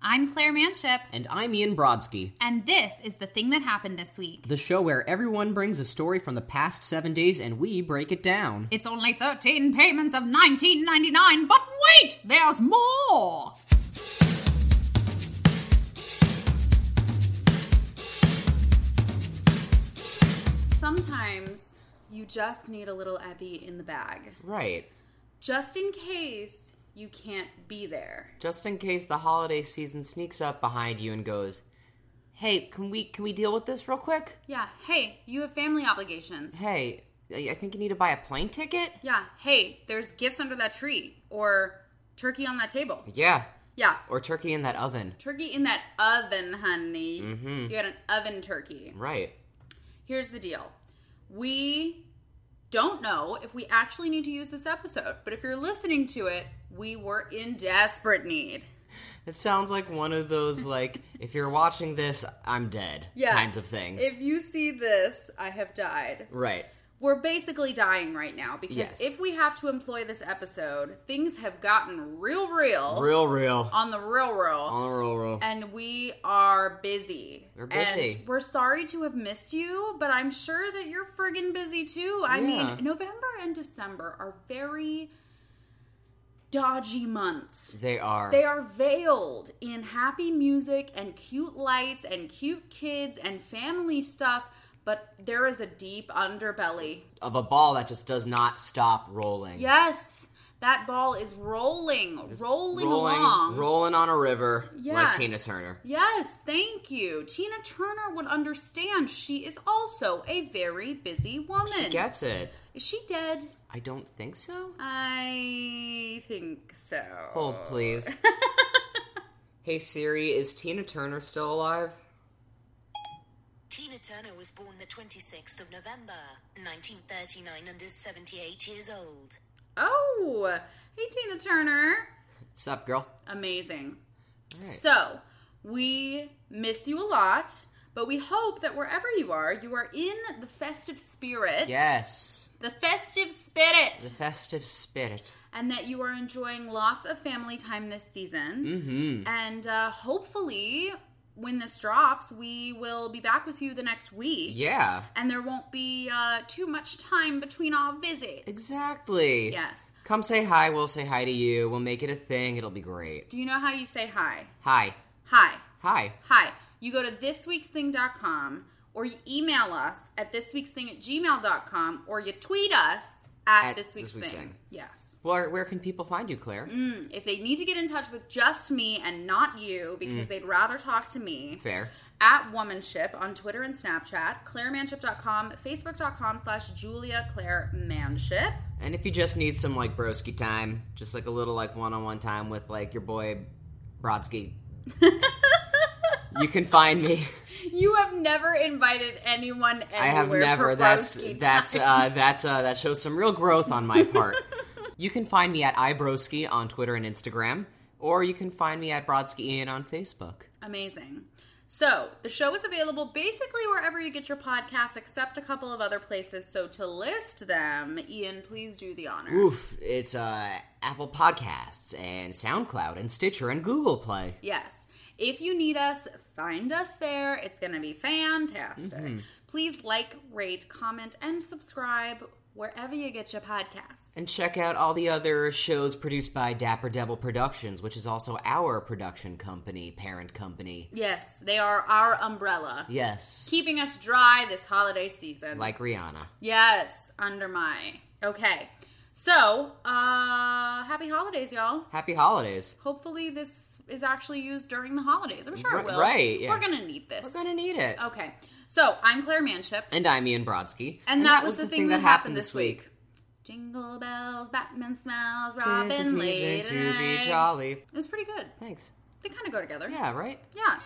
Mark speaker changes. Speaker 1: I'm Claire Manship,
Speaker 2: And I'm Ian Brodsky,
Speaker 1: and this is the thing that happened this week.
Speaker 2: the show where everyone brings a story from the past seven days and we break it down.
Speaker 1: It's only 13 payments of 19.99, but wait, there's more. Sometimes you just need a little Ebby in the bag,
Speaker 2: Right.
Speaker 1: just in case you can't be there.
Speaker 2: Just in case the holiday season sneaks up behind you and goes, Hey, can we can we deal with this real quick?
Speaker 1: Yeah, hey, you have family obligations.
Speaker 2: Hey, I I think you need to buy a plane ticket?
Speaker 1: Yeah, hey, there's gifts under that tree or turkey on that table.
Speaker 2: Yeah.
Speaker 1: Yeah,
Speaker 2: Or turkey in that oven.
Speaker 1: turkey in that oven, honey. You had an oven turkey.
Speaker 2: Right.
Speaker 1: Here's the deal we don't know if we actually need to use this episode, but if you're listening to it, we were in desperate need.
Speaker 2: It sounds like one of those like, if you're watching this, I'm dead
Speaker 1: Yeah.
Speaker 2: kinds of things.
Speaker 1: If you see this, I have died.
Speaker 2: right.
Speaker 1: We're basically dying right now because
Speaker 2: Yes.
Speaker 1: if we have to employ this episode, things have gotten real, real,
Speaker 2: Real real.
Speaker 1: on the real, real.
Speaker 2: On real real.
Speaker 1: and we are busy.
Speaker 2: We're busy.
Speaker 1: And we're sorry to have missed you, but I'm sure that you're friggin' busy too. I
Speaker 2: Yeah.
Speaker 1: mean, November and December are very dodgy months.
Speaker 2: They are.
Speaker 1: They are veiled in happy music and cute lights and cute kids and family stuff, but there is a deep underbelly.
Speaker 2: of a ball that just does not stop rolling.
Speaker 1: Yes, that ball is rolling, rolling, along.
Speaker 2: rolling on a river
Speaker 1: Yeah.
Speaker 2: like Tina Turner.
Speaker 1: Yes, thank you. Tina Turner would understand. She is also a very busy woman.
Speaker 2: She gets it.
Speaker 1: is she dead?
Speaker 2: I don't think so.
Speaker 1: I think so.
Speaker 2: Hold,
Speaker 1: Uh.
Speaker 2: please. hey Siri, is Tina Turner still alive?
Speaker 3: Tina Turner was born the 26th of November, 1939, and is 78 years old.
Speaker 1: Oh, hey, Tina Turner.
Speaker 2: Sup, girl?
Speaker 1: Amazing.
Speaker 2: Alright.
Speaker 1: So, we miss you a lot, but we hope that wherever you are, you are in the festive spirit.
Speaker 2: yes,
Speaker 1: The festive spirit.
Speaker 2: the festive spirit.
Speaker 1: and that you are enjoying lots of family time this season. Mm-hmm. And uh, hopefully, when this drops, we will be back with you the next week.
Speaker 2: Yeah,
Speaker 1: And there won't be uh, too much time between our visits.
Speaker 2: exactly.
Speaker 1: Yes.
Speaker 2: Come say hi. We'll say hi to you. We'll make it a thing. It'll be great.
Speaker 1: Do you know how you say hi?
Speaker 2: Hi,
Speaker 1: Hi.
Speaker 2: hi.
Speaker 1: Hi. You go to thisweeksthing.com or you email us at thisweeksthing at gmail.com or you tweet us at,
Speaker 2: At
Speaker 1: this week's
Speaker 2: This Week's
Speaker 1: thing.
Speaker 2: Thing.
Speaker 1: Yes.
Speaker 2: Where where can people find you, Claire?
Speaker 1: Mm, if they need to get in touch with just me and not you because they'd rather talk to me
Speaker 2: Mm. Fair.
Speaker 1: at womanship on twitter and snapchat clairemanship.com facebook.com slash julia claire manship
Speaker 2: And if you just need some like broski time, just like a little like one on one time with like your boy Brodsky, you can find me.
Speaker 1: you have never invited anyone anywhere
Speaker 2: I have never.
Speaker 1: for
Speaker 2: That's
Speaker 1: Brodsky
Speaker 2: that's
Speaker 1: time.
Speaker 2: uh, that's uh, that shows some real growth on my part. you can find me at iBroski on Twitter and Instagram, or you can find me at Brodsky Ian on Facebook.
Speaker 1: amazing so the show is available basically wherever you get your podcasts except a couple of other places so to list them ian please do the honors
Speaker 2: Oof! It's uh, Apple Podcasts and SoundCloud and Stitcher and Google Play.
Speaker 1: Yes. If you need us, find us there. It's going to be fantastic.
Speaker 2: Mm-hmm.
Speaker 1: Please like, rate, comment, and subscribe wherever you get your podcasts.
Speaker 2: And check out all the other shows produced by Dapper Devil Productions, which is also our production company, parent company.
Speaker 1: Yes, they are our umbrella,
Speaker 2: Yes.
Speaker 1: keeping us dry this holiday season.
Speaker 2: like Rihanna.
Speaker 1: yes, under my. Okay. So, uh, happy holidays, y'all.
Speaker 2: Happy holidays.
Speaker 1: Hopefully, this is actually used during the holidays. I'm sure
Speaker 2: Ri-
Speaker 1: it will.
Speaker 2: right, yeah.
Speaker 1: We're going to need this.
Speaker 2: We're gonna need it.
Speaker 1: okay. So, I'm Claire Manship.
Speaker 2: And I'm Ian Brodsky.
Speaker 1: And, that, was, the thing, that happened this week. Jingle bells, Batman smells,
Speaker 2: Tis the
Speaker 1: Robin
Speaker 2: season
Speaker 1: late
Speaker 2: to be
Speaker 1: at night.
Speaker 2: jolly.
Speaker 1: It was pretty good.
Speaker 2: Thanks.
Speaker 1: They kind of go together.
Speaker 2: Yeah, right?
Speaker 1: Yeah.